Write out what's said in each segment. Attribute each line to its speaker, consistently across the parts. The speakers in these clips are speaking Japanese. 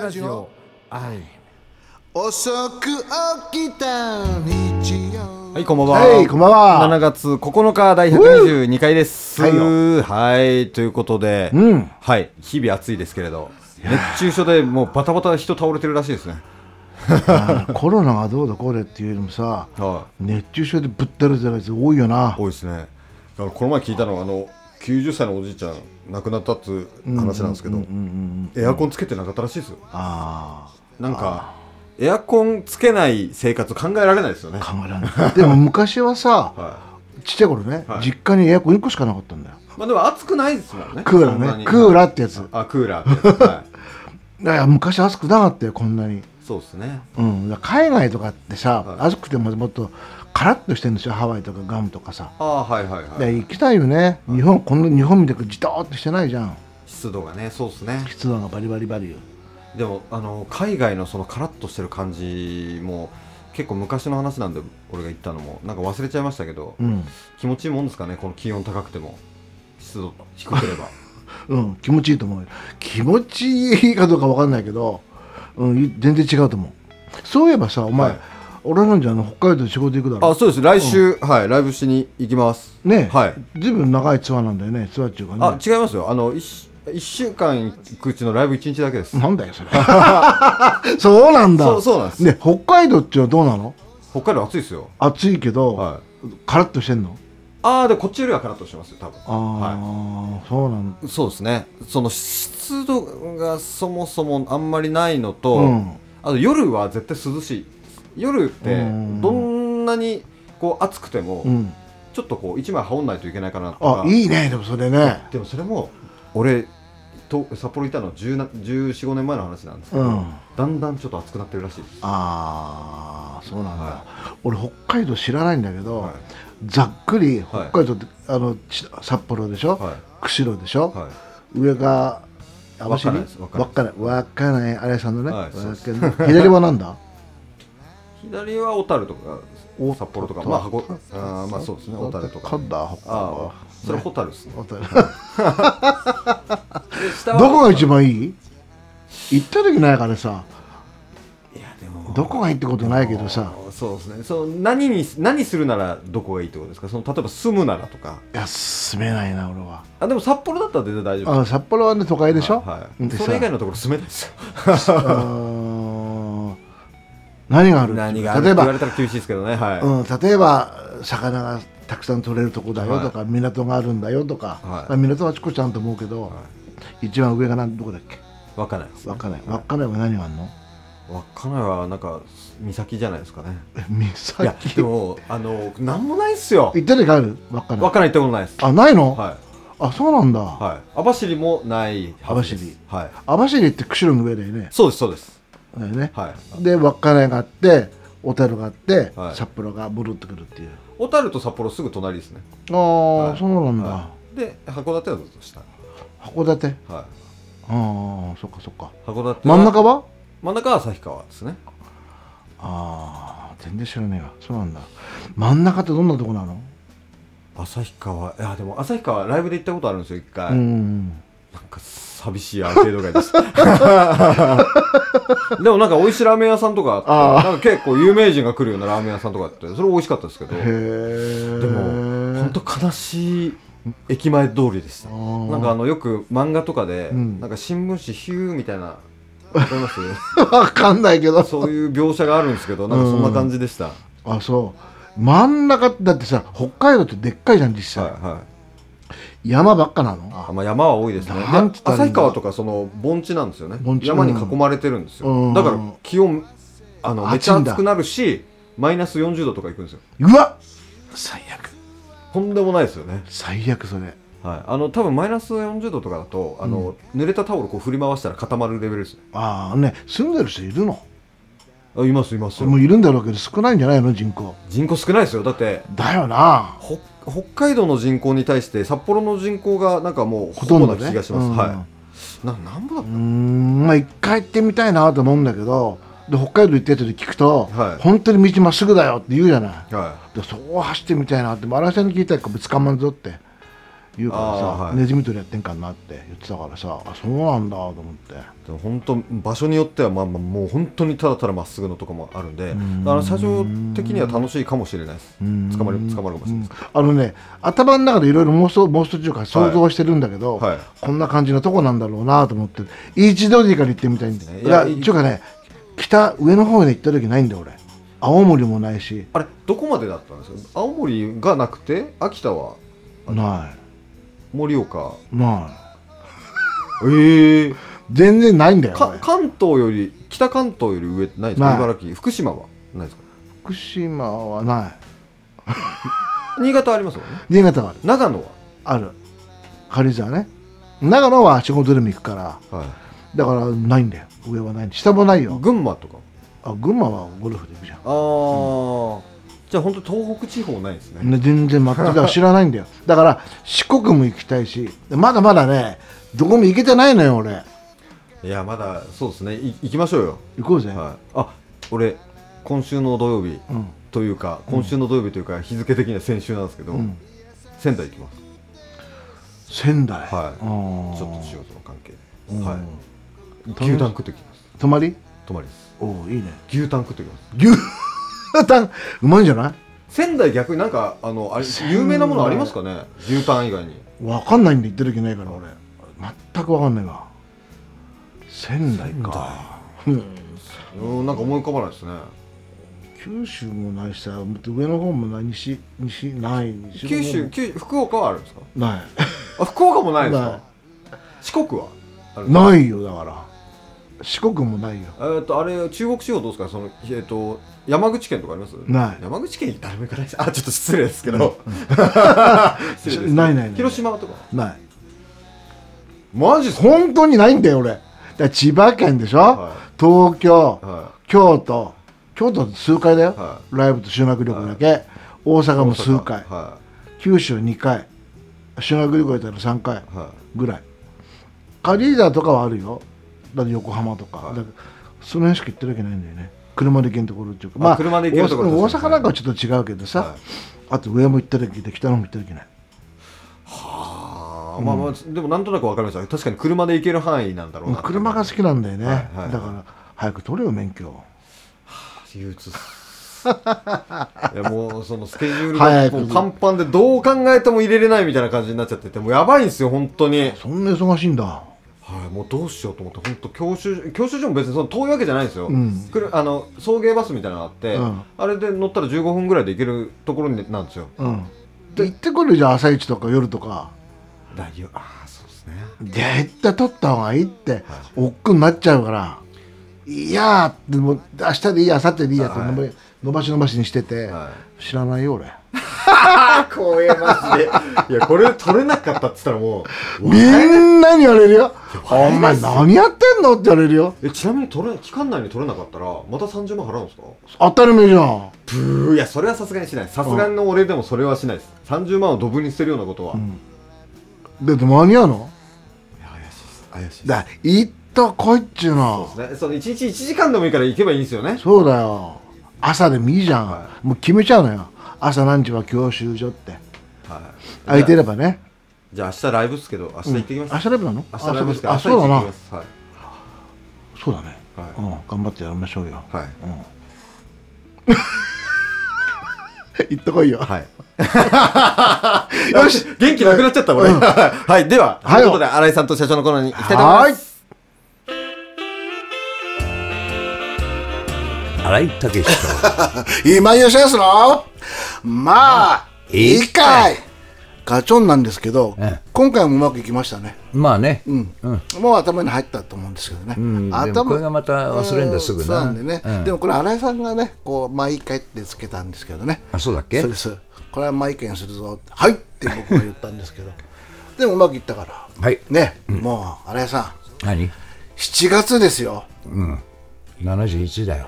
Speaker 1: ラジオ
Speaker 2: はい、
Speaker 1: 遅く起きた日曜
Speaker 2: はい、こんばんは、
Speaker 3: はい、こんば
Speaker 2: 7
Speaker 3: んは。
Speaker 2: 月9日第122回です
Speaker 3: はいよ
Speaker 2: はいということで、
Speaker 3: うん。
Speaker 2: はい日々暑いですけれど熱中症でもうバタバタ人倒れてるらしいですね
Speaker 3: あー コロナがどうだこれっていうよりもさ、
Speaker 2: は。
Speaker 3: 熱中症でぶったれてるやつ多いよない
Speaker 2: 多いですねあのこの前聞いたのはあの90歳のおじいちゃん亡くなったっていう話なんですけど、エアコンつけてなかったらしいですよ
Speaker 3: あ
Speaker 2: なんかエアコンつけない生活考えられないですよね
Speaker 3: あ、考えられ ない。でも昔はさ、
Speaker 2: は
Speaker 3: ちっちゃい頃ね、
Speaker 2: はい
Speaker 3: 実家にエアコン1個しかなかったんだよ。
Speaker 2: いまあでも暑くないですもんね
Speaker 3: クーラ
Speaker 2: そんな
Speaker 3: ーね。
Speaker 2: に
Speaker 3: クーラーってやつ。
Speaker 2: あクーラーって、はい
Speaker 3: や、昔暑くなかったよ、こんなに。
Speaker 2: い、そうですね
Speaker 3: うん。だから海外とかってさ、
Speaker 2: はい
Speaker 3: 暑くてももっとカラッとしてるんですよ、ハワイとかガムとかさ。
Speaker 2: ああはいはいはい
Speaker 3: で行きたいよね。日本、この日本みたくじとーっとしてないじゃん。
Speaker 2: 湿度がねそうですね
Speaker 3: 湿度がバリバリバリよ。
Speaker 2: でもあの海外のそのカラッとしてる感じも結構昔の話なんで俺が言ったのもなんか忘れちゃいましたけど、
Speaker 3: うん。
Speaker 2: 気持ちいいもんですかねこの気温高くても湿度低ければ
Speaker 3: うん、気持ちいいと思うよ気持ちいいかどうかわかんないけど、うん、い全然違うと思うそういえばさお前、
Speaker 2: はい
Speaker 3: 俺なんじゃあの北海道で仕事行くだ
Speaker 2: あ
Speaker 3: ろ
Speaker 2: そうです来週、はいライブしに行きます
Speaker 3: ねえ、
Speaker 2: はい
Speaker 3: ずいぶん長いツアーなんだよねツアーっていうか
Speaker 2: あ
Speaker 3: ね
Speaker 2: 違いますよあの 1, 週間行くうちのライブ1日だけです
Speaker 3: なんだよそ れそうなんだ
Speaker 2: そうそうなんです、
Speaker 3: ね北海道っていうのはどうなの
Speaker 2: 北海道暑いですよ
Speaker 3: 暑いけど、
Speaker 2: はい
Speaker 3: カラッとしてんの
Speaker 2: ああでもこっちよりはカラッとしてますよ多分
Speaker 3: ああ、そうなんだ
Speaker 2: そうですねその湿度がそもそもあんまりないのと、
Speaker 3: うん
Speaker 2: あと夜は絶対涼しい夜って
Speaker 3: うん
Speaker 2: どんなにこう暑くても、
Speaker 3: うん
Speaker 2: ちょっとこう一枚羽織んないといけないかなとか
Speaker 3: あいいねでもそれね
Speaker 2: でもそれも俺と札幌いたの1415年前の話なんですけど、
Speaker 3: うん
Speaker 2: だんだんちょっと暑くなってるらしいです、
Speaker 3: ああそうなんだ、
Speaker 2: は
Speaker 3: 俺北海道知らないんだけど、
Speaker 2: はい
Speaker 3: ざっくり北海道って、あのち札幌でしょ、
Speaker 2: は
Speaker 3: 釧路でしょ、
Speaker 2: いはい
Speaker 3: 上が網走
Speaker 2: 稚内です稚
Speaker 3: 稚内稚内あれさんのね、
Speaker 2: はいそうです
Speaker 3: 稚内左はなんだ
Speaker 2: 左は小樽とか
Speaker 3: お
Speaker 2: 札幌とかまあ箱あーまあそうですね小樽とか
Speaker 3: かんだ北海
Speaker 2: あ
Speaker 3: 道
Speaker 2: あそれ小樽ですね
Speaker 3: 小樽
Speaker 2: で下は
Speaker 3: どこが一番いい行った時ないからさ
Speaker 2: いやでも
Speaker 3: どこがいいってことないけどさ
Speaker 2: そうですねその何に何するならどこがいいってことですかその例えば住むならとか
Speaker 3: いや住めないな俺は
Speaker 2: あでも札幌だったら全然大丈夫
Speaker 3: あ札幌はね都会でしょ、
Speaker 2: はい
Speaker 3: でさ
Speaker 2: それ以外のところ住めないです よ
Speaker 3: うーん何がある
Speaker 2: 何がある
Speaker 3: 例
Speaker 2: っ
Speaker 3: え
Speaker 2: て言わ
Speaker 3: ば
Speaker 2: れ、たら厳しいですけどねはい、
Speaker 3: うん、例えば魚がたくさん取れるとこだよとか、
Speaker 2: は
Speaker 3: 港があるんだよとか、
Speaker 2: はい
Speaker 3: まあ港はあちこちあると思うけど、
Speaker 2: は
Speaker 3: 一番上がなんどこだっけ
Speaker 2: い、わかんないです、ね、
Speaker 3: 稚内稚内は何があるの
Speaker 2: わかんないはなんか岬じゃないですかね
Speaker 3: え
Speaker 2: い
Speaker 3: 三
Speaker 2: やで
Speaker 3: 崎
Speaker 2: もあのなんもないっすよ
Speaker 3: 行った時ある稚
Speaker 2: わ
Speaker 3: 内
Speaker 2: かんないってことないです
Speaker 3: あないの、
Speaker 2: は
Speaker 3: あそうなんだ、
Speaker 2: いはい網走もないはずですはい
Speaker 3: 網走って釧路の上だよね
Speaker 2: そうですそうです
Speaker 3: だよね、
Speaker 2: はい
Speaker 3: で稚内があって小樽があって、
Speaker 2: はい
Speaker 3: 札幌が戻ってくるっていう
Speaker 2: 小樽と札幌すぐ隣ですね
Speaker 3: ああ、
Speaker 2: い
Speaker 3: そうなんだ、
Speaker 2: はいで函館はずっと下
Speaker 3: 函館
Speaker 2: はい
Speaker 3: ああそっかそっか
Speaker 2: 函館は
Speaker 3: 真ん中は
Speaker 2: 真ん中は旭川ですね
Speaker 3: ああ全然知らねえわそうなんだ真ん中ってどんなとこなの、
Speaker 2: 旭川いやでも旭川ライブで行ったことあるんですよ一回、な
Speaker 3: う
Speaker 2: ん
Speaker 3: ん
Speaker 2: か寂しいアーケード街です でもなんか美味しいラーメン屋さんとかあ
Speaker 3: あ
Speaker 2: っ
Speaker 3: あ
Speaker 2: てなんか結構有名人が来るようなラーメン屋さんとかあってそれ美味しかったですけど
Speaker 3: へ
Speaker 2: で
Speaker 3: え
Speaker 2: も本当悲しい駅前通りでしたなん かあのよく漫画とかで、
Speaker 3: うん
Speaker 2: なんか新聞紙ヒューみたいなわかります
Speaker 3: 分かんないけど
Speaker 2: そういう描写があるんですけどなんかそんな感じでした、
Speaker 3: あそう真ん中ってだってさ北海道ってでっかいじゃん実
Speaker 2: は
Speaker 3: 際、
Speaker 2: いはい
Speaker 3: 山ばっかなの
Speaker 2: あまあ、山は多いですね。で
Speaker 3: なんつったらいい
Speaker 2: 旭
Speaker 3: んだ
Speaker 2: 川とかその盆地なんですよね
Speaker 3: 盆。地
Speaker 2: 山に囲まれてるんです
Speaker 3: う
Speaker 2: よ。
Speaker 3: ん
Speaker 2: だから気温あのめっちゃ
Speaker 3: 暑いんだ
Speaker 2: 暑くなるし、マイナス40度とかいくんですよ。
Speaker 3: うわ最悪
Speaker 2: とんでもないですよね。
Speaker 3: 最悪それ
Speaker 2: はい。あの多分マイナス40度とかだとあの、濡れたタオルこう振り回したら固まるレベルですね。
Speaker 3: ああね住んでる人いるの
Speaker 2: あいますいます
Speaker 3: それ。もいるんだろうけど少ないんじゃないの人口
Speaker 2: 人口少ないですよ。だって
Speaker 3: だよな
Speaker 2: ほ北海道の人口に対して札幌の人口がなんかもうほ
Speaker 3: ほ
Speaker 2: と
Speaker 3: と
Speaker 2: んど
Speaker 3: んど
Speaker 2: な
Speaker 3: ね
Speaker 2: 気がします。
Speaker 3: うん
Speaker 2: はい。ななんぼだっ
Speaker 3: うーんまあ一回行ってみたいなと思うんだけどで北海道行ってた時聞くと、
Speaker 2: はい
Speaker 3: 本当に道まっすぐだよって言うじゃない
Speaker 2: た。はい。
Speaker 3: でそこを走ってみたいなってマラソンに聞いたらこれ捕まんぞって言うからさ、
Speaker 2: あーはい
Speaker 3: ネズミ捕りやってんかんなって言ってたからさあそうなんだと思って
Speaker 2: でも本当場所によってはまあまあもう本当にただただまっすぐのとこもあるんで
Speaker 3: ん
Speaker 2: あの車上的には楽しいかもしれないです
Speaker 3: うん
Speaker 2: 捕まる捕まるかもしれないです
Speaker 3: あのね頭の中でいろいろ妄想妄想中か想像してるんだけど、
Speaker 2: はい
Speaker 3: こんな感じのとこなんだろうなと思って一度にから行ってみたいんだ
Speaker 2: ね
Speaker 3: よ
Speaker 2: い
Speaker 3: いや
Speaker 2: や
Speaker 3: ちゅうかね北上の方に行った時ないんだよ俺青森もないし
Speaker 2: あれどこまでだったんですか青森がなくて秋田は
Speaker 3: な
Speaker 2: 盛岡
Speaker 3: いな
Speaker 2: ええ
Speaker 3: い全然ないんだよ
Speaker 2: か
Speaker 3: 俺
Speaker 2: 関東より北関東より上ってないですか
Speaker 3: ない
Speaker 2: 茨城福島はないですか
Speaker 3: 福島はない
Speaker 2: 新潟ありますもんね
Speaker 3: 新潟はある
Speaker 2: 長野は
Speaker 3: ある軽井沢ね長野は仕事でも行くから
Speaker 2: はい
Speaker 3: だからないんだよ上はない下もないよ
Speaker 2: 群馬とか
Speaker 3: あ群馬はゴルフで行くじゃん
Speaker 2: ああ、じゃあ本当東北地方ないですね
Speaker 3: ね、全然全くだから知らないん だよだから四国も行きたいしまだまだねどこも行けてないのよ俺
Speaker 2: いやまだそうですねい行きましょうよ
Speaker 3: 行こうぜ、
Speaker 2: はい、あ俺今週の土曜日
Speaker 3: うん
Speaker 2: というか、今週の土曜日というか日付的には先週なんですけど、
Speaker 3: うん
Speaker 2: 仙台行きます
Speaker 3: 仙台、
Speaker 2: はい
Speaker 3: あー
Speaker 2: ちょっと仕事の関係で、
Speaker 3: うん
Speaker 2: はい、牛タン食ってきます
Speaker 3: 泊まり
Speaker 2: 泊まりです
Speaker 3: おおいいね
Speaker 2: 牛タン食ってきます
Speaker 3: 牛タンうまいんじゃない
Speaker 2: 仙台逆になんかあのあれ
Speaker 3: 仙台
Speaker 2: 有名なものありますかね牛タン以外に
Speaker 3: わかんないんで行ってる気ないから俺全くわかんないわ仙台かうん
Speaker 2: うんなんか思い浮かばないですね
Speaker 3: 九州もないしさもっと上の方もない西西ない西の方
Speaker 2: 九
Speaker 3: も
Speaker 2: 州九福岡はあるんですか
Speaker 3: ない
Speaker 2: あ福岡もないです
Speaker 3: ない
Speaker 2: か四国はあるんですか
Speaker 3: ないよだから四国もないよ
Speaker 2: えーっとあれ中国地方どうですかそのえーっと山口県とかあります？
Speaker 3: ない
Speaker 2: 山口県に誰も行かないです。あちょっと 失礼ですけど。失礼です
Speaker 3: ないないない
Speaker 2: 広島とか。
Speaker 3: ない
Speaker 2: マジっすか？
Speaker 3: 本当にないんだよ俺だから千葉県でしょ、
Speaker 2: は
Speaker 3: 東京、
Speaker 2: は
Speaker 3: 京都京都数回だよ、
Speaker 2: は
Speaker 3: ライブと修学旅行だけ、大
Speaker 2: い。
Speaker 3: 阪も数回、
Speaker 2: は
Speaker 3: 九州2回修学旅行やったら3回
Speaker 2: いは
Speaker 3: ぐらい軽井沢とかはあるよだって横浜とか、
Speaker 2: はい
Speaker 3: だからその辺しか行ってるわけないんだよね車で行けんところっていうか
Speaker 2: あ車で行けるところ
Speaker 3: 大
Speaker 2: 確かに
Speaker 3: 阪大阪なんかはちょっと違うけどさ、
Speaker 2: はい
Speaker 3: あと上も行ったらけで北の方も行ったらけない
Speaker 2: あーまあまあでもなんとなくわかりました。確かに車で行ける範囲なんだろうな。
Speaker 3: 車が好きなんだよね、
Speaker 2: はいはい
Speaker 3: だから早く取れよ免許
Speaker 2: 憂鬱っすいやもうそのスケジュール
Speaker 3: 早
Speaker 2: が
Speaker 3: く
Speaker 2: もうパンパンでどう考えても入れれないみたいな感じになっちゃっててもうやばいんですよ本当に。
Speaker 3: そんな忙しいんだ
Speaker 2: はい、もうどうしようと思って、本当教習教習所も別にその遠いわけじゃないんですよ。
Speaker 3: うん
Speaker 2: くるあの送迎バスみたいなのがあって、
Speaker 3: うん
Speaker 2: あれで乗ったら15分ぐらいで行けるところになんですよ。
Speaker 3: うんで行ってくるじゃん朝一とか夜とか
Speaker 2: だよああそうですね。
Speaker 3: 絶対取った方がいいって億劫になっちゃうからいやーってもう明日でいいや明後日でいいやって
Speaker 2: はい
Speaker 3: 伸ばし伸ばし伸ばしにしてて、
Speaker 2: は
Speaker 3: 知らないよ俺
Speaker 2: ああ怖えマジ で。いやこれ取れなかったっつったらも う。
Speaker 3: みんなに言われるよ
Speaker 2: わ
Speaker 3: 「お
Speaker 2: かりま
Speaker 3: 前
Speaker 2: すよ
Speaker 3: 何やってんの?」って言われるよ
Speaker 2: えちなみに取れ期間内に取れなかったらまた30万払うんですか
Speaker 3: 当たり前じゃん
Speaker 2: ブーいやそれはさすがにしないさすがの俺でもそれはしないです30万をドブに捨てるようなことは、い
Speaker 3: だって間に合うの
Speaker 2: や怪しいです怪しいです
Speaker 3: だ行ったこいっちゅうの
Speaker 2: そうですねその1日1時間でもいいから行けばいいんですよね
Speaker 3: そうだよ朝でもいいじゃん、
Speaker 2: は
Speaker 3: もう決めちゃうのよ朝何時は教習所って
Speaker 2: はい
Speaker 3: 空いてればね
Speaker 2: じゃあ明日ライブっすけど明日行ってきます、
Speaker 3: 明日ライブなの
Speaker 2: 明日ライブっすけど
Speaker 3: あそ
Speaker 2: 明
Speaker 3: うだ
Speaker 2: 日行っ
Speaker 3: な
Speaker 2: てきますはい
Speaker 3: そうだね、
Speaker 2: はい
Speaker 3: うん、頑張ってやりましょうよ、
Speaker 2: はい
Speaker 3: うん 行ってこいよ、
Speaker 2: はい
Speaker 3: よし
Speaker 2: 元気なくなっちゃった俺、 はいでは、
Speaker 3: はい
Speaker 2: ということで新井さんと社長のコーナーに行きたいと思います
Speaker 4: 新井武史と
Speaker 3: 今よしですのまあいいかいガチョンなんですけど、
Speaker 4: ええ
Speaker 3: 今回もうまくいきましたね
Speaker 4: まあね、
Speaker 3: うん、もう頭に入ったと思うんですけどね、
Speaker 4: んでも
Speaker 3: 頭
Speaker 4: これがまた忘れんだすぐな
Speaker 3: そうなんでね、
Speaker 4: うん
Speaker 3: でもこれ新井さんがねこう毎回ってつけたんですけどね
Speaker 4: あそうだっけ
Speaker 3: そうですこれは毎回にするぞはいって僕は言ったんですけどでもうまくいったから
Speaker 4: はい
Speaker 3: ね、もう新井さん
Speaker 4: 何
Speaker 3: 7月ですよ
Speaker 4: 71だよ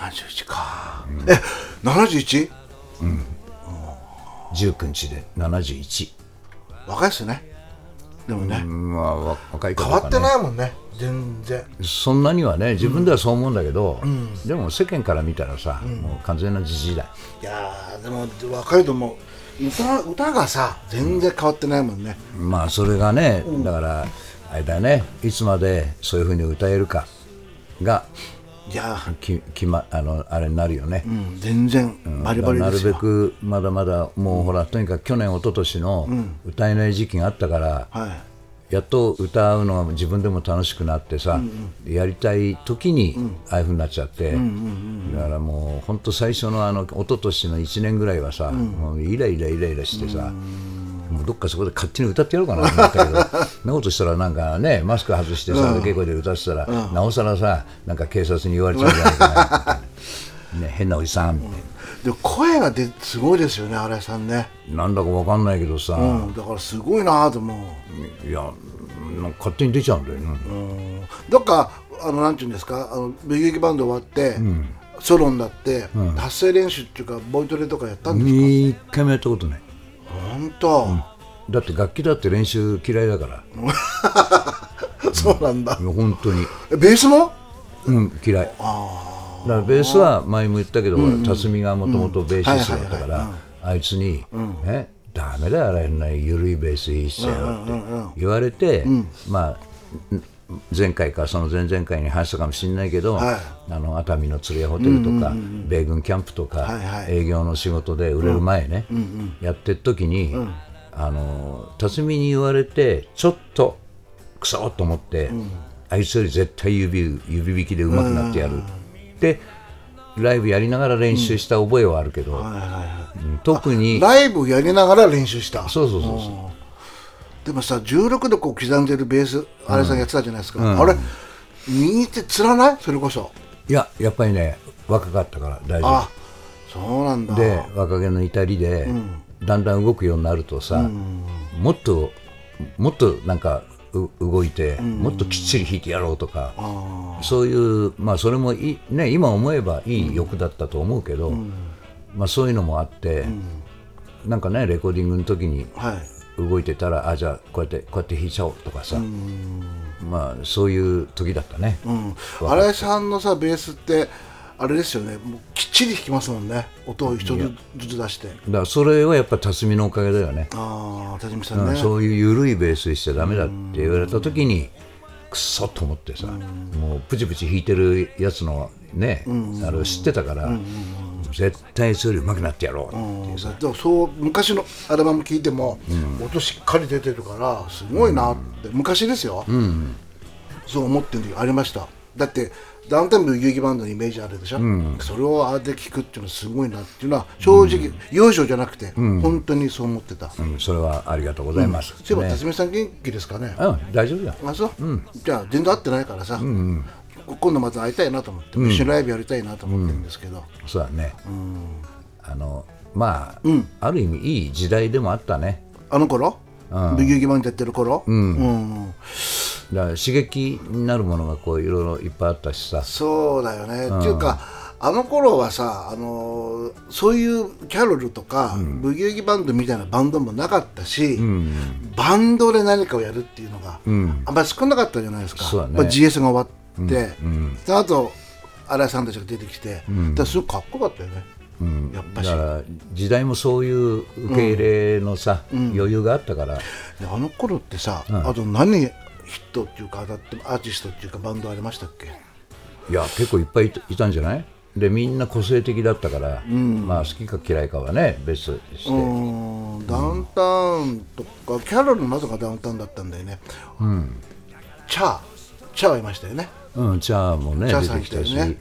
Speaker 3: 71か、え 71?
Speaker 4: 19日で71
Speaker 3: 若いっすねでもね、
Speaker 4: まあわ若いか
Speaker 3: 変
Speaker 4: どう
Speaker 3: わ
Speaker 4: か、ね、
Speaker 3: ってないもんね全然
Speaker 4: そんなにはね自分ではそう思うんだけど、でも世間から見たらさ、もう完全なじじいだ
Speaker 3: いやーでも若いと思う歌歌がさ全然変わってないもんね、
Speaker 4: まあそれがね、だからあれだねいつまでそういうふうに歌えるかが
Speaker 3: いやー、
Speaker 4: ききまあのあれになるよね、
Speaker 3: うん、全然バリバリ
Speaker 4: な
Speaker 3: で
Speaker 4: る
Speaker 3: すよ、
Speaker 4: べくまだまだもうほらとにかく去年一昨年の歌えない時期があったから、
Speaker 3: はい
Speaker 4: やっと歌うのが自分でも楽しくなってさ、やりたい時にああいうふうになっちゃって、だからもう本当最初のあの一昨年の1年ぐらいはさ、もうイライライライラしてさ、もうどっかそこで勝手に歌ってやろうかなと思 ったけどそんなことしたらなんかねマスク外してさ、稽古で歌ってたら、なおさらさなんか警察に言われちゃうんじゃないかな みたいな、ね、変なおじさんみたいな。
Speaker 3: で声がですごいですよね新井さんね、
Speaker 4: なんだかわかんないけどさ、
Speaker 3: うん、だからすごいなと思う
Speaker 4: いやなんか勝手に出ちゃうんだよね、
Speaker 3: どっかあのなんていうんですかあのブギウギバンド終わって、ソロになって、発声練習っていうかボイトレとかやったんですか、
Speaker 4: 一回もやったことない
Speaker 3: 本当、
Speaker 4: だって楽器だって練習嫌いだから
Speaker 3: そうなんだ
Speaker 4: いや本当に、
Speaker 3: えベースも
Speaker 4: うん、嫌いだからベースは前も言ったけど、ほら辰巳がもともとベーシストだったから、あいつに、ね「ダメだよあれない緩いベースいいっすよ」って言われて、まあん前回かその前々回に話したかもしれないけど、
Speaker 3: はい
Speaker 4: あの熱海の釣り屋ホテルとか、米軍キャンプとか、
Speaker 3: はいはい
Speaker 4: 営業の仕事で売れる前ね、やってる時に、あの辰巳に言われてちょっとクソッと思って、あいつより絶対指指引きで上手くなってやるってライブやりながら練習した覚えはあるけど、うん特に
Speaker 3: ライブやりながら練習した
Speaker 4: そうそうそうそ
Speaker 3: でもさ16でこう刻んでるベース新井さんやってたじゃないですか、あれ右手つらないそれこそう
Speaker 4: いややっぱりね若かったから大丈夫
Speaker 3: あそうなんだ
Speaker 4: で若気の至りで、だんだん動くようになるとさ、もっともっとなんかう動いて、もっときっちり弾いてやろうとか、そういうまあそれもいい、ね、今思えばいい欲だったと思うけど、まあ、そういうのもあって、なんかねレコーディングの時に
Speaker 3: はい
Speaker 4: 動いてたらあじゃあこうやってこうやって弾いちゃおうとかさ、まあそういう時だったね、
Speaker 3: うん、新井さんのさベースってあれですよねもうきっちり弾きますもんね音を一つずつ出して
Speaker 4: だからそれはやっぱ辰巳のおかげだよね
Speaker 3: ああ田島さん
Speaker 4: う
Speaker 3: ね、
Speaker 4: んそういう緩いベースにしちゃダメだって言われた時にくっそっと思ってさもうプチプチ弾いてるやつのねあれを知ってたから絶対それより上手くなってやろうっていうさ
Speaker 3: だからそう昔のアルバム聴いても、音しっかり出てるからすごいなって、昔ですよ、そう思ってる時ありましただってダウンタウンの遊戯バンドのイメージあるでしょ、それをあれで聴くっていうのはすごいなっていうのは正直、幼少じゃなくて、本当にそう思ってた、
Speaker 4: うんそれはありがとうございます
Speaker 3: そういえば
Speaker 4: ね
Speaker 3: 辰巳さん元気ですかね
Speaker 4: うん大丈夫だよ
Speaker 3: あそう、じゃあ全然会ってないからさ、こ今度また会いたいなと思って、一緒にライブやりたいなと思ってるんですけど、
Speaker 4: そうだねあのまあある意味いい時代でもあったね
Speaker 3: あの頃ブギウギバンドやってる頃、うん
Speaker 4: だから刺激になるものがこういろいろいっぱいあったしさ
Speaker 3: そうだよね、っていうかあの頃はさ、あのーそういうキャロルとか、ブギウギバンドみたいなバンドもなかったし、バンドで何かをやるっていうのが、あんまり少なかったじゃないですか、
Speaker 4: そうだね
Speaker 3: まあ GS が終わって、であと新井さんたちが出てきて、だからすごくかっこよかったよね、やっぱ
Speaker 4: だ
Speaker 3: し。
Speaker 4: から時代もそういう受け入れのさ余裕があったから
Speaker 3: であの頃ってさ、あと何ヒットっていうか当たってアーティストっていうかバンドありましたっけ
Speaker 4: いや結構いっぱいいたいたんじゃないでみんな個性的だったから、まあ好きか嫌いかはね別として、
Speaker 3: うーんダウンタウンとかキャロルの謎がダウンタウンだったんだよねチャーチャーいましたよね
Speaker 4: うん、チャーもね
Speaker 3: チャー
Speaker 4: 出
Speaker 3: さん
Speaker 4: てきたし、
Speaker 3: 来たよね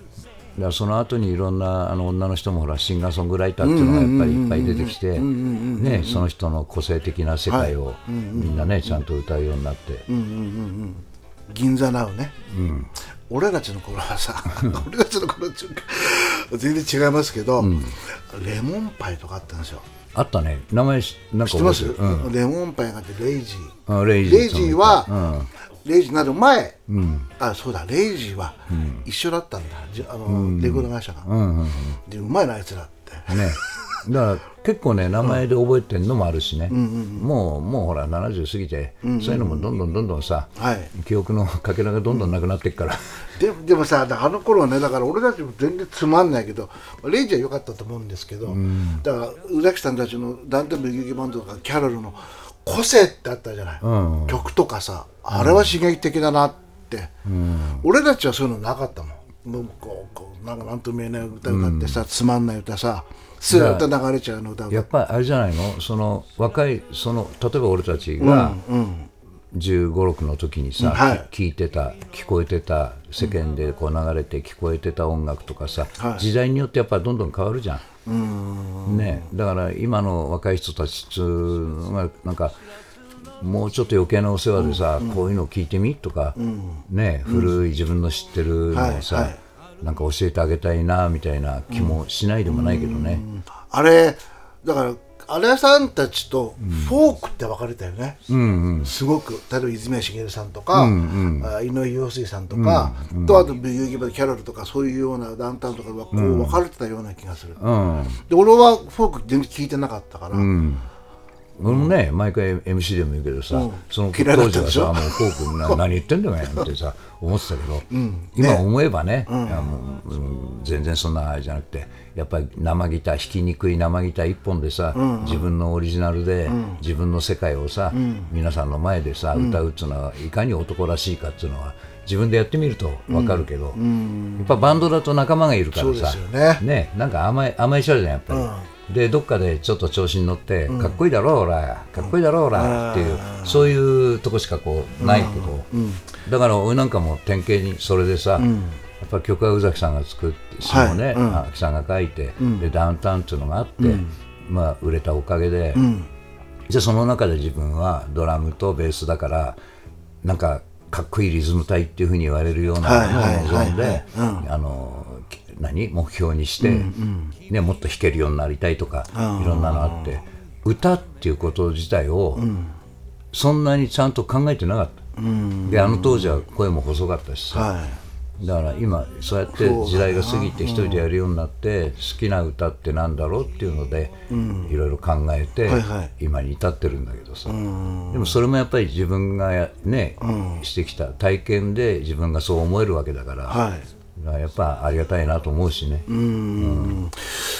Speaker 4: だからその後にいろんなあの女の人もほらシンガーソングライターっていうのがやっぱりいっぱい出てきて、ね、その人の個性的な世界をみんなねちゃんと歌うようになって、
Speaker 3: 銀座ナウね、俺たちの頃はさ 俺たちの頃っていうか全然違いますけど、レモンパイとかあったんですよ
Speaker 4: あったね名前しなんか
Speaker 3: 知ってます、
Speaker 4: 覚えてるうん
Speaker 3: レモンパイがあってレイジー
Speaker 4: あレイジー
Speaker 3: レイジーは、レイジーになる前、あそうだレイジーは一緒だったんだじあの、レコード会社が、でうまいなあいつらって
Speaker 4: ねだから結構ね名前で覚えてるのもあるしね、もうもうほら70過ぎて、そういうのもどんどんどんどんさ、
Speaker 3: はい
Speaker 4: 記憶のかけらがどんどんなくなっていくから、
Speaker 3: ででもさだからあの頃はねだから俺たちも全然つまんないけどレイジは良かったと思うんですけど、だから宇崎さんたちの「ダンテンブギギバンド」とかキャロルの個性ってあったじゃない、曲とかさあれは刺激的だなって、俺たちはそういうのなかったもんもうこうこうなんかなんとも言えない歌歌ってさ、つまんない歌さすら歌流れちゃうの歌歌
Speaker 4: や
Speaker 3: っ
Speaker 4: ってぱりあれじゃないのその若いその例えば俺たちが1 5六6の時にさ、
Speaker 3: はい
Speaker 4: 聞いてた聞こえてた世間でこう流れて聞こえてた音楽とかさ、時代によってやっぱどんどん変わるじゃん。ね、だから今の若い人たちっつうのがなんかもうちょっと余計なお世話でさ、こういうの聞いてみとか、ね、古い自分の知ってるのをさ、
Speaker 3: はいはい
Speaker 4: なんか教えてあげたいなみたいな気もしないでもないけどね。
Speaker 3: あれだからあれさんたちとフォークって分かれたよね、すごく例えば泉谷しげるさんとか、あ井上陽水さんとか、とあと「ブギウギバキャロル」とかそういうようなダウンタウンとかはこう分かれてたような気がする、
Speaker 4: うん
Speaker 3: で俺はフォーク全然聞いてなかったから、
Speaker 4: 俺もね、毎回 MC でも言うけどさ、その当
Speaker 3: 嫌いだった
Speaker 4: 時
Speaker 3: で
Speaker 4: は
Speaker 3: しょ
Speaker 4: さ、もうこうく んな何言ってんだよってさ、思ってたけど、今思えばね、いやもううん全然そんなあれじゃなくて、やっぱり生ギター、弾きにくい生ギター一本でさ、自分のオリジナルで、自分の世界をさ、皆さんの前でさ、歌うっていうのは、いかに男らしいかっていうのは、自分でやってみると分かるけど、やっぱバンドだと仲間がいるか
Speaker 3: そ
Speaker 4: らさ
Speaker 3: うですよね、
Speaker 4: ね、なんか甘い甘い人じゃんやっぱり、でどっかでちょっと調子に乗って、かっこいいだろうらかっこいいだろうらっていう、そういうとこしかこうないけど、だから俺なんかも典型にそれでさ、やっぱ曲は宇崎さんが作って詩もね、あ秋さんが書いて、でダウンタウンっていうのがあって、まあ売れたおかげで、じゃあその中で自分はドラムとベースだからなんかかっこいいリズム隊っていうふうに言われるようなものを望んであのき何目標にして、ね、もっと弾けるようになりたいとか、いろんなのあって歌っていうこと自体を、そんなにちゃんと考えてなかった、であの当時は声も細かったしさ、
Speaker 3: はい
Speaker 4: だから今そうやって時代が過ぎて一人でやるようになって好きな歌ってなんだろうっていうのでいろいろ考えて
Speaker 3: はいはい
Speaker 4: 今に至ってるんだけどさでもそれもやっぱり自分がやねしてきた体験で自分がそう思えるわけだから
Speaker 3: はい
Speaker 4: だからやっぱありがたいなと思うしね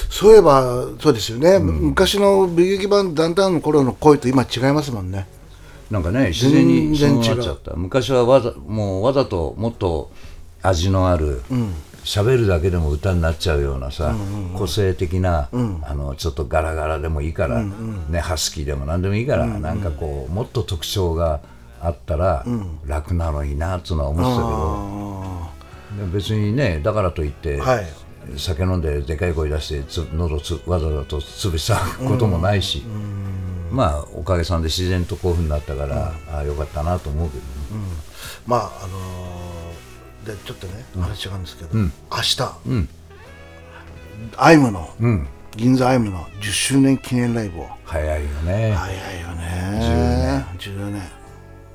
Speaker 3: そういえばそうですよね、昔の「ブギウギバンド」ダウンタウンの頃の声と今違いますもんね
Speaker 4: なんかね自然にそう
Speaker 3: 全然違う
Speaker 4: なっちゃった昔はわざもうわざともっと味のある喋、るだけでも歌になっちゃうようなさ、個性的な、あのちょっとガラガラでもいいから、ね、ハスキーでも何でもいいから、なんかこうもっと特徴があったら楽なのになっつうのは思ってたけど、でも別にねだからといって、
Speaker 3: はい
Speaker 4: 酒飲んででかい声出してつ喉つわざわざと潰したこともないし。まあおかげさんで自然とこういうふうになったから、ああよかったなと思うけどね、
Speaker 3: まああのーでちょっとね話違うんですけど、明日、アイムの、銀座アイムの10周年記念ライブを
Speaker 4: 早いよね、
Speaker 3: 早いよね10年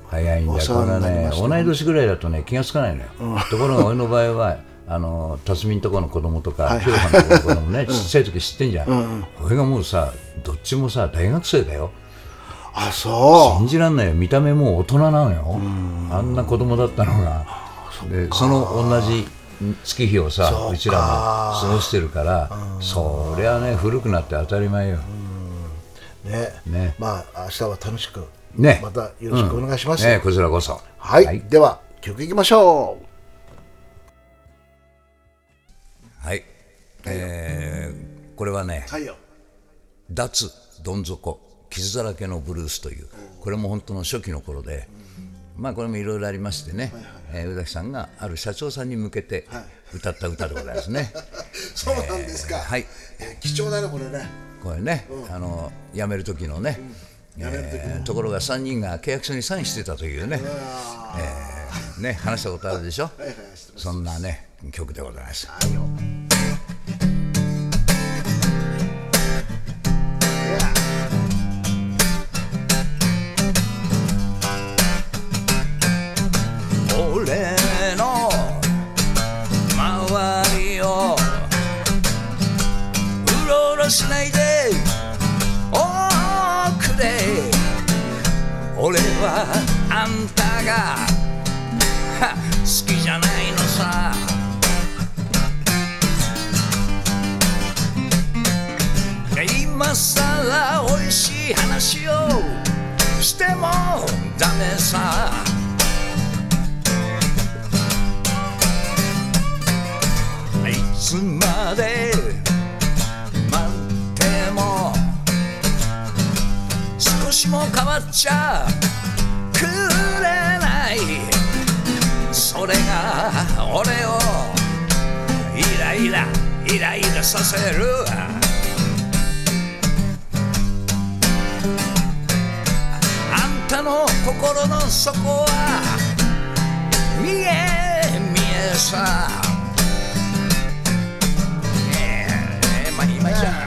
Speaker 4: 早いん
Speaker 3: お
Speaker 4: だ
Speaker 3: 世
Speaker 4: こ
Speaker 3: 話
Speaker 4: れが
Speaker 3: になり
Speaker 4: ね
Speaker 3: ました
Speaker 4: 同い年ぐらいだとね気がつかないのよ、ところが俺の場合はあの辰巳んとこの子供とか清さんとこの子 供ね、ちっちゃい時知ってんじゃん、俺がもうさどっちもさ大学生だよ
Speaker 3: あそ
Speaker 4: 信じらんないよ見た目もう大人なのよあんな子供だったのがでその同じ月日をさうちらも過ごしてるからそりゃね古くなって当たり前よ、
Speaker 3: うね
Speaker 4: ね
Speaker 3: まあ明日は楽しく
Speaker 4: ね
Speaker 3: またよろしくお願いします、
Speaker 4: ねこちらこそ。
Speaker 3: はい、
Speaker 4: はい。
Speaker 3: では曲いきましょう
Speaker 4: はいえーこれはね、
Speaker 3: はいよ
Speaker 4: 脱どん底、傷だらけのブルースという、これも本当の初期の頃で、まあこれもいろいろありましてね、えー宇崎さんがある社長さんに向けて歌った歌でございます ね。
Speaker 3: そうなんですか、
Speaker 4: はい。
Speaker 3: えー貴重だねこれね
Speaker 4: これね、あの辞める時のね、えーところが3人が契約書にサインしてたというね、えーね話したことあるでしょ、そんなね曲でございます。俺の周りをうろうろしないでんたがは好きじゃないのさ今さら美味しい話をしてもダメさいつまで待っても少しも変わっちゃくれないそれが俺をイライライライラさせるあんたの心の底は見え見えさええまあ今じゃ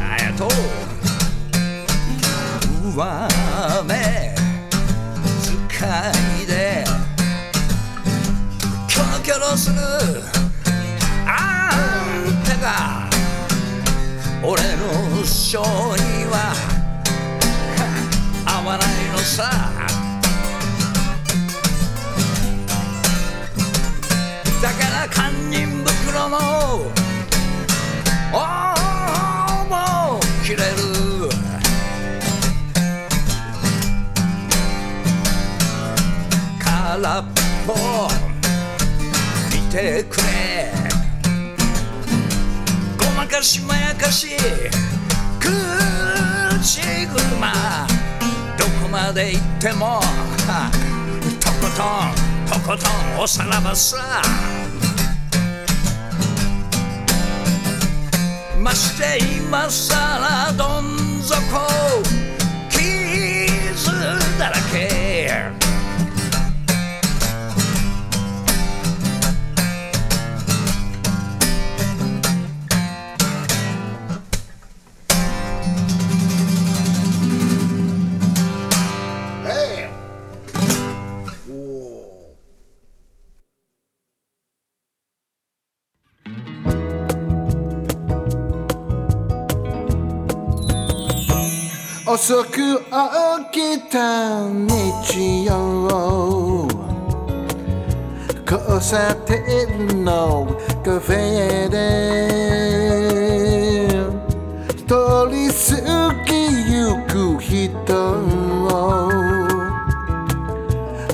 Speaker 4: ありがとう上目遣いでキョロキョロするあんたが俺の性にはは合わないのさだから堪忍袋のおーもう切れる空っぽ見てくれごまかしまやかし口車どこまで行っても はとことんとことんおさらばさまして今さらどん底傷だらけ
Speaker 1: 遅く起きた日曜交差点のカフェで通り過ぎゆく人を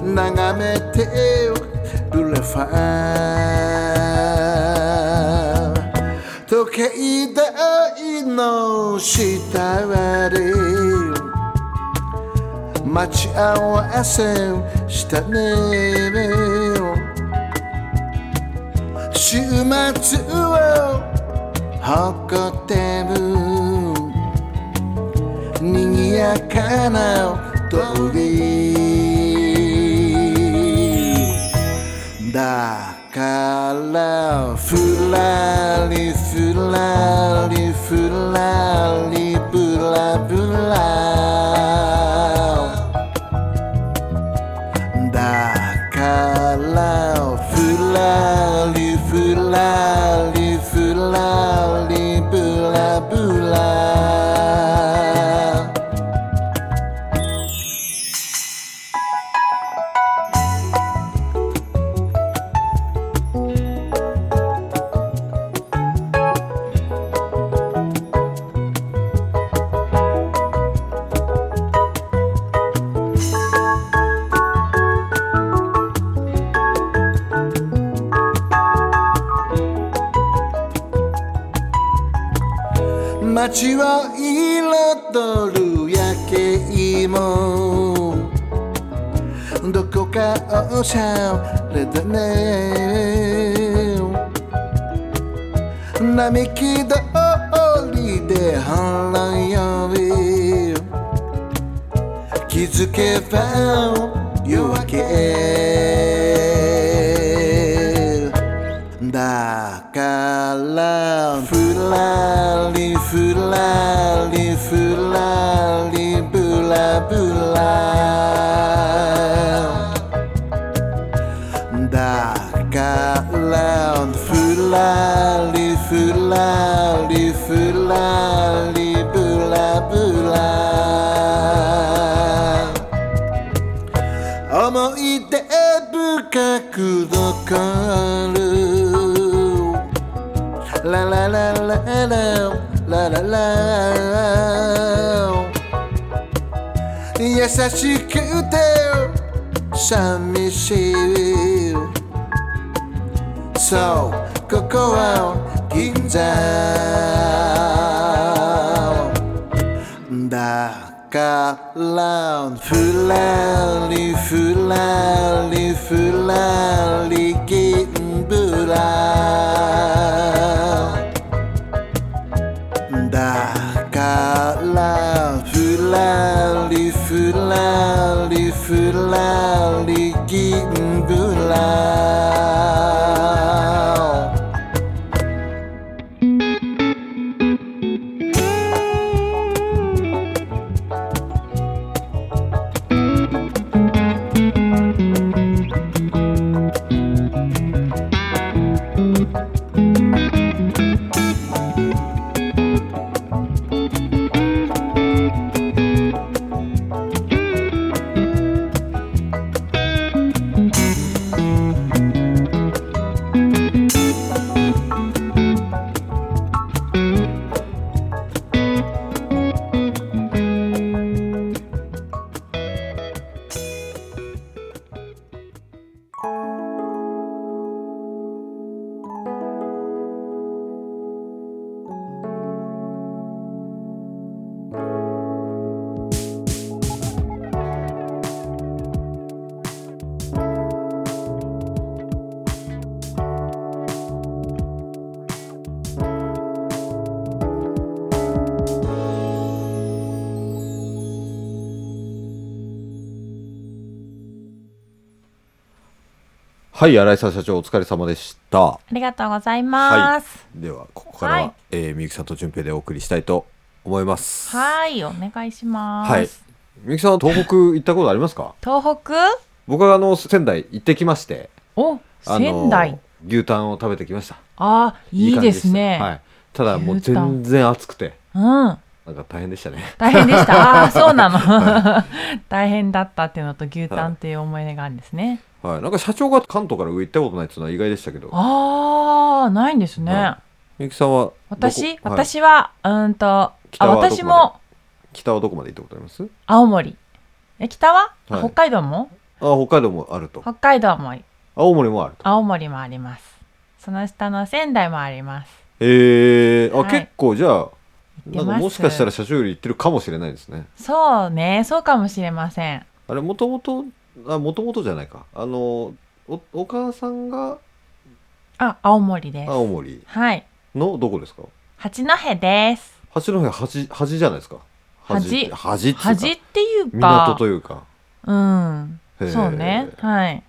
Speaker 1: 眺めてるレファー時計台の下で待ち合わせしたね週末を誇ってる賑やかな通りだからふらりふらりふらりぶらぶらだからふらりふらりふらりぶらぶら街を彩る夜景もどこかおしゃれだね並木通りで花より気づつけば夜明けだからふらりふらりふらりぶらぶらだからふらりふらりふらりぶらぶら思い出深く残るララララララララ優しくて寂しい So ここは銀座だからふらりふらりふらり銀ブラだからふらりふらりふらり銀ブラ
Speaker 2: はい新井さん社長お疲れ様でした
Speaker 5: ありがとうございます。
Speaker 2: いではここからは、
Speaker 5: はい
Speaker 2: えーみゆきさんと順平でお送りしたいと思います
Speaker 5: はい、お願いします。
Speaker 2: はいみゆきさんは東北行ったことありますか
Speaker 5: 東北
Speaker 2: 僕はあの仙台行ってきまして
Speaker 5: お
Speaker 2: あの
Speaker 5: 仙台。
Speaker 2: 牛タンを食べてきました
Speaker 5: あーいい
Speaker 2: 感じ
Speaker 5: で
Speaker 2: した
Speaker 5: すね。
Speaker 2: はい、ただもう
Speaker 5: 牛タン
Speaker 2: 全然暑くて
Speaker 5: うん。
Speaker 2: なんか大変でしたね
Speaker 5: 大変で した。ああ、そうなの。大変だったっていうのと牛タンっていう思い出があるんですね。
Speaker 2: はいなんか社長が関東から上行ったことないっていうのは意外でしたけど
Speaker 5: ああ、ないんですね。
Speaker 2: はみゆきさんはどこは
Speaker 5: 私、
Speaker 2: い
Speaker 5: 私は、うーんと、あ、
Speaker 2: 北はどこまで
Speaker 5: 私も
Speaker 2: 北はどこまで行ったことあります
Speaker 5: 青森。え、北は、あ
Speaker 2: はい
Speaker 5: 北海道も
Speaker 2: あ北海道もあると
Speaker 5: 北海道も
Speaker 2: 青森もあると
Speaker 5: 青森もあります。その下の仙台もあります。
Speaker 2: ええー、あ、
Speaker 5: はい
Speaker 2: 結構じゃあ
Speaker 5: って
Speaker 2: な
Speaker 5: ま
Speaker 2: ん
Speaker 5: す
Speaker 2: かもしかしたら社長より行ってるかもしれないですね
Speaker 5: そうね、そうかもしれません。
Speaker 2: あれもともとあもともとじゃないかあのおお母さんが
Speaker 5: あ、青森です。
Speaker 2: 青森
Speaker 5: はい。
Speaker 2: のどこですか
Speaker 5: 八戸です。
Speaker 2: 橋の辺端端じゃないですか
Speaker 5: 端
Speaker 2: 端っていうか
Speaker 5: 恥っていう
Speaker 2: 港
Speaker 5: か、
Speaker 2: というか
Speaker 5: うん。
Speaker 2: へー
Speaker 5: そうね。はい。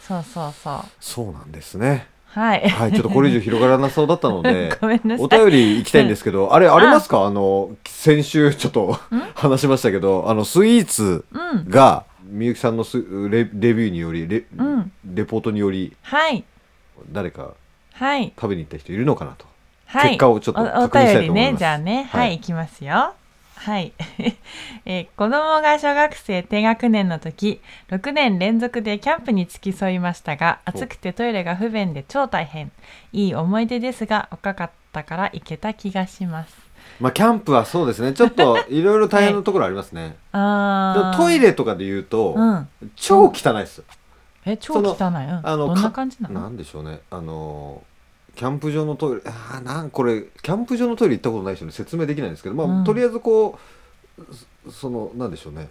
Speaker 5: そうそうそう。
Speaker 2: そうなんですね
Speaker 5: はい。
Speaker 2: はいちょっとこれ以上広がらなそうだったので
Speaker 5: ごめん なさい
Speaker 2: お便り行きたいんですけどあれありますかあの先週ちょっと話しましたけどあのスイーツ
Speaker 5: うん。
Speaker 2: がみゆきさんのスレレビューによりレ,、
Speaker 5: ん
Speaker 2: レポートにより
Speaker 5: はい。
Speaker 2: 誰か
Speaker 5: はい。
Speaker 2: 食べに行った人いるのかなと
Speaker 5: はい。
Speaker 2: 結果をちょっと
Speaker 5: おお
Speaker 2: 確認したいと思います
Speaker 5: 便りね、じゃあね。
Speaker 2: は
Speaker 5: はいい、いきますよ。はい。 えー子供が小学生低学年の時、6年連続でキャンプに付き添いましたが、暑くてトイレが不便で超大変。いい思い出ですが、若かったから行けた気がします。
Speaker 2: まあキャンプはそうですねちょっといろいろ大変なところありますね、
Speaker 5: あ
Speaker 2: でも
Speaker 5: ー
Speaker 2: トイレとかで言うと、
Speaker 5: うん。
Speaker 2: 超汚いっすよ
Speaker 5: え、超汚い。うん。
Speaker 2: そ
Speaker 5: どんな感じな
Speaker 2: か
Speaker 5: の
Speaker 2: んでしょうねあのキャンプ場のトイレあーなんこれキャンプ場のトイレ行ったことない人に説明できないんですけど、まあ
Speaker 5: うん
Speaker 2: とりあえずこうそそのなんでしょうね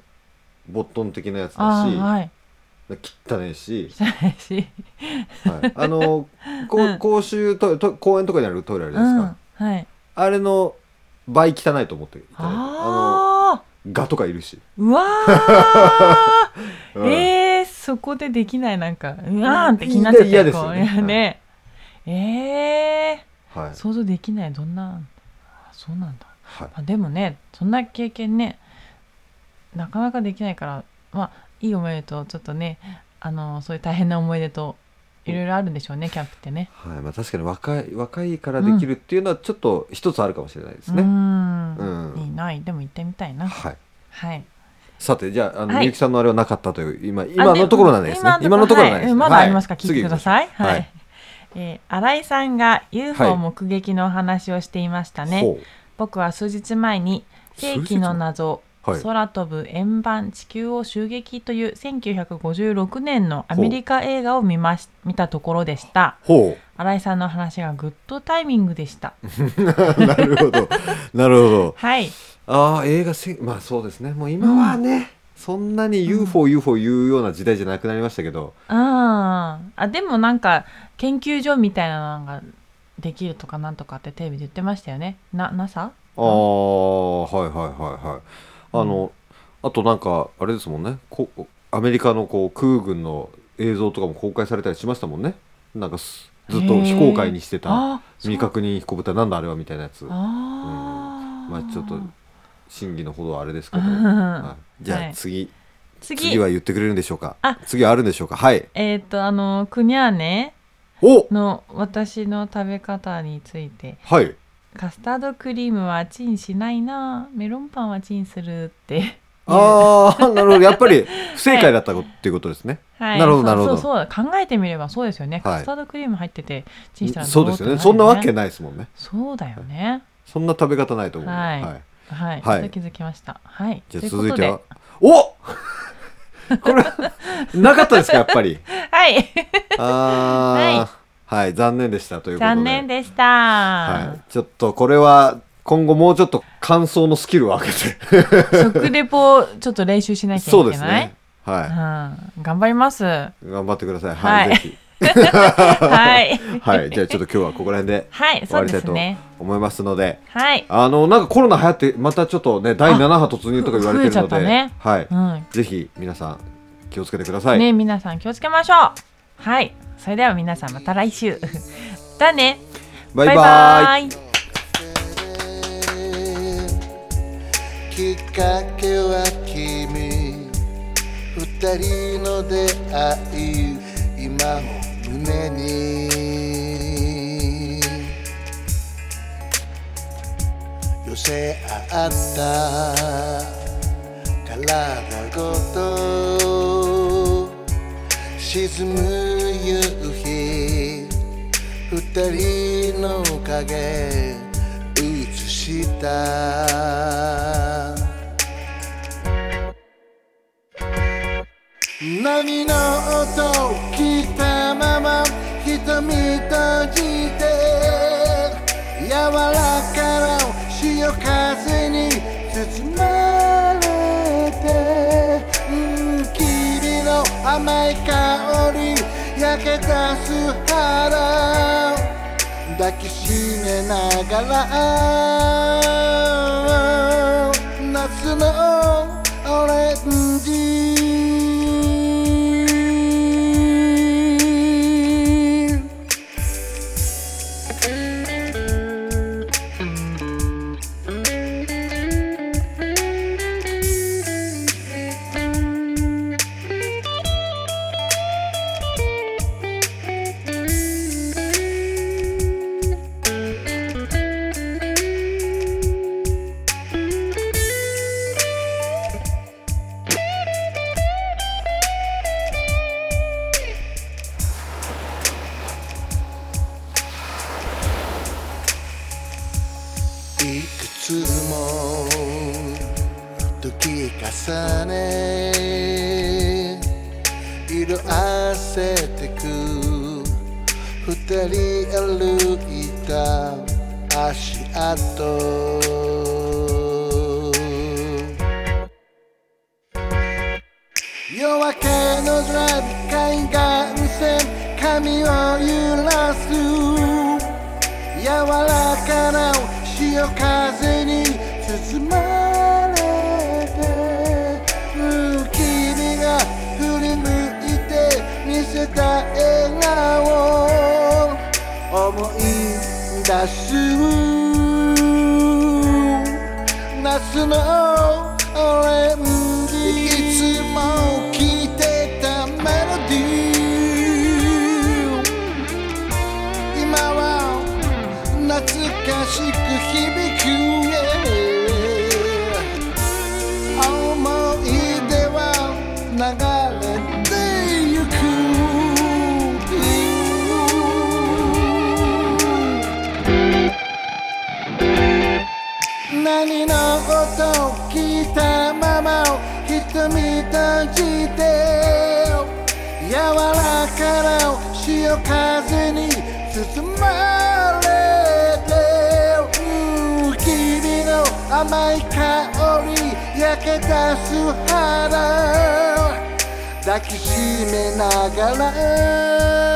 Speaker 2: ボットン的なやつだし、
Speaker 5: あーはい。
Speaker 2: 汚いし、
Speaker 5: 汚いし。
Speaker 2: はい、あのこう
Speaker 5: うん
Speaker 2: 公衆トイレと公園とかにあるトイレあるじゃないですか、
Speaker 5: うん。はい。
Speaker 2: あれの倍汚いと思っていただいてあの
Speaker 5: ああ
Speaker 6: ガとかいるし
Speaker 5: うわーえー、そこでできないなんかうわーんって気になっちゃって
Speaker 6: 嫌ですよね
Speaker 5: こういやねえ
Speaker 6: は
Speaker 5: ー、
Speaker 6: い
Speaker 5: 想像できないどんなあそうなんだ、
Speaker 6: はい
Speaker 5: まあ、でもねそんな経験ねなかなかできないからまあいい思い出とちょっとねあのそういう大変な思い出といろいろあるんでしょうねキャンプってね
Speaker 2: はいまあ、確かに若い若いからできるっていうのはちょっと一つあるかもしれないですね。
Speaker 5: うーん
Speaker 2: うん
Speaker 5: いいないでも行ってみたいな
Speaker 2: はい、
Speaker 5: はい
Speaker 2: さてじゃああの、
Speaker 5: はい
Speaker 2: みゆきさんのあれはなかったという今
Speaker 5: あ
Speaker 2: 今のところなんですね。今のところなんですね、
Speaker 5: はいまだありますから、
Speaker 2: はい
Speaker 5: 聞いてください。
Speaker 2: 次行きましょう
Speaker 5: はい。えー新井さんが
Speaker 2: は
Speaker 5: UFO
Speaker 2: い
Speaker 5: 目撃のお話をしていましたね。
Speaker 2: ほう
Speaker 5: 僕は数日前に世紀の
Speaker 2: 数日前は
Speaker 5: 謎、
Speaker 2: い
Speaker 5: 空飛ぶ円盤地球を襲撃という1956年のアメリカ映画を見まし見たところでした。
Speaker 2: ほ
Speaker 5: 新井さんの話がグッドタイミングでした。
Speaker 2: うなるほどなるほど
Speaker 5: はい。
Speaker 2: ああ映画せまあそうですねもう今はね、そんなに UFO、UFO 言うような時代じゃなくなりましたけど、
Speaker 5: あーあでもなんか研究所みたいなのができるとかなんとかってテレビで言ってましたよねな NASA?
Speaker 2: ああはいはいはいはいあの、あとなんかあれですもんねこアメリカのこう空軍の映像とかも公開されたりしましたもんねなんかすずっと非公開にして
Speaker 5: へー
Speaker 2: た
Speaker 5: あそう
Speaker 2: 未確認飛行物体なんだあれはみたいなやつ
Speaker 5: あー、
Speaker 2: まあちょっと真偽のほどはあれですけど、
Speaker 5: うん
Speaker 2: はい、じ
Speaker 5: は
Speaker 2: ゃあ
Speaker 5: い
Speaker 2: 次、
Speaker 5: 次
Speaker 2: 次は言ってくれるんでしょうか
Speaker 5: あ
Speaker 2: 次はあるんでしょうかはい
Speaker 5: えっ、とあのクニャーネ
Speaker 2: お
Speaker 5: の私の食べ方について
Speaker 2: はい
Speaker 5: カスタードクリームはチンしないなメロンパンはチンするって
Speaker 2: ああなるほどやっぱり不正解だったっていうことですね、
Speaker 5: はい
Speaker 2: なるほど
Speaker 5: そう
Speaker 2: なるほど
Speaker 5: そうそう考えてみればそうですよね、
Speaker 2: はい
Speaker 5: カスタードクリーム入っててチンしたらど
Speaker 2: そうですよね
Speaker 5: って
Speaker 2: そんなわけ
Speaker 5: い
Speaker 2: ないですもんね
Speaker 5: そうだよね
Speaker 2: そんな食べ方ないと思う、
Speaker 5: は
Speaker 2: はい
Speaker 5: いはい、
Speaker 2: はい
Speaker 5: ちょっと気づきましたはい
Speaker 2: じゃ
Speaker 5: と
Speaker 2: あ
Speaker 5: いうこ
Speaker 2: 続い
Speaker 5: と
Speaker 2: て
Speaker 5: で
Speaker 2: はお これなかったですかやっぱり
Speaker 5: はい
Speaker 2: ああはい、残念でしたということで
Speaker 5: 残念でした、
Speaker 2: はい、ちょっとこれは今後もうちょっと感想のスキルを上げて
Speaker 5: 食レポをちょっと練習しなきゃいけない
Speaker 2: そうですねは
Speaker 5: うん、頑張 りますはい
Speaker 2: 頑張ってくださいはい、
Speaker 5: はい
Speaker 2: ぜひ
Speaker 5: い
Speaker 2: はいじゃあちょっと今日はここら辺 で
Speaker 5: はい
Speaker 2: 終わ
Speaker 5: そう
Speaker 2: りた
Speaker 5: で
Speaker 2: い
Speaker 5: す
Speaker 2: と
Speaker 5: ね
Speaker 2: 思いますので
Speaker 5: はい、
Speaker 2: あのなんかコロナ流行ってまたちょっとね第7波突入とか言われてる
Speaker 5: 増えち
Speaker 2: の
Speaker 5: ゃっ
Speaker 2: で、
Speaker 5: たね
Speaker 2: はい、
Speaker 5: うん
Speaker 2: ぜひ皆さん気をつけてください、
Speaker 5: ね皆さん気をつけましょうはいそれでは皆さんまた来週 だね
Speaker 2: バイバイ
Speaker 5: イ
Speaker 1: きっかけは君二人の出会い今を胸に寄せ合った体ごと沈む夕日二人の影映した波の音を聞いたまま瞳閉じて柔らかな潮風に包まれてうん君の甘い香り焼け出す腹抱きしめながら夏のオレンジいくつも時重ね色あせてく二人歩いた足跡夜明けのドライブ海岸線髪を揺らす柔らかな潮風に包まれて思い出す夏のオレンジいつも聴いてたメロディー今は懐かしく響く yeah 思い出は流れてゆく何の音聞いたまま瞳閉じて柔らかな潮風に包まれてうん君の甘い香り焼け出す肌抱きしめながら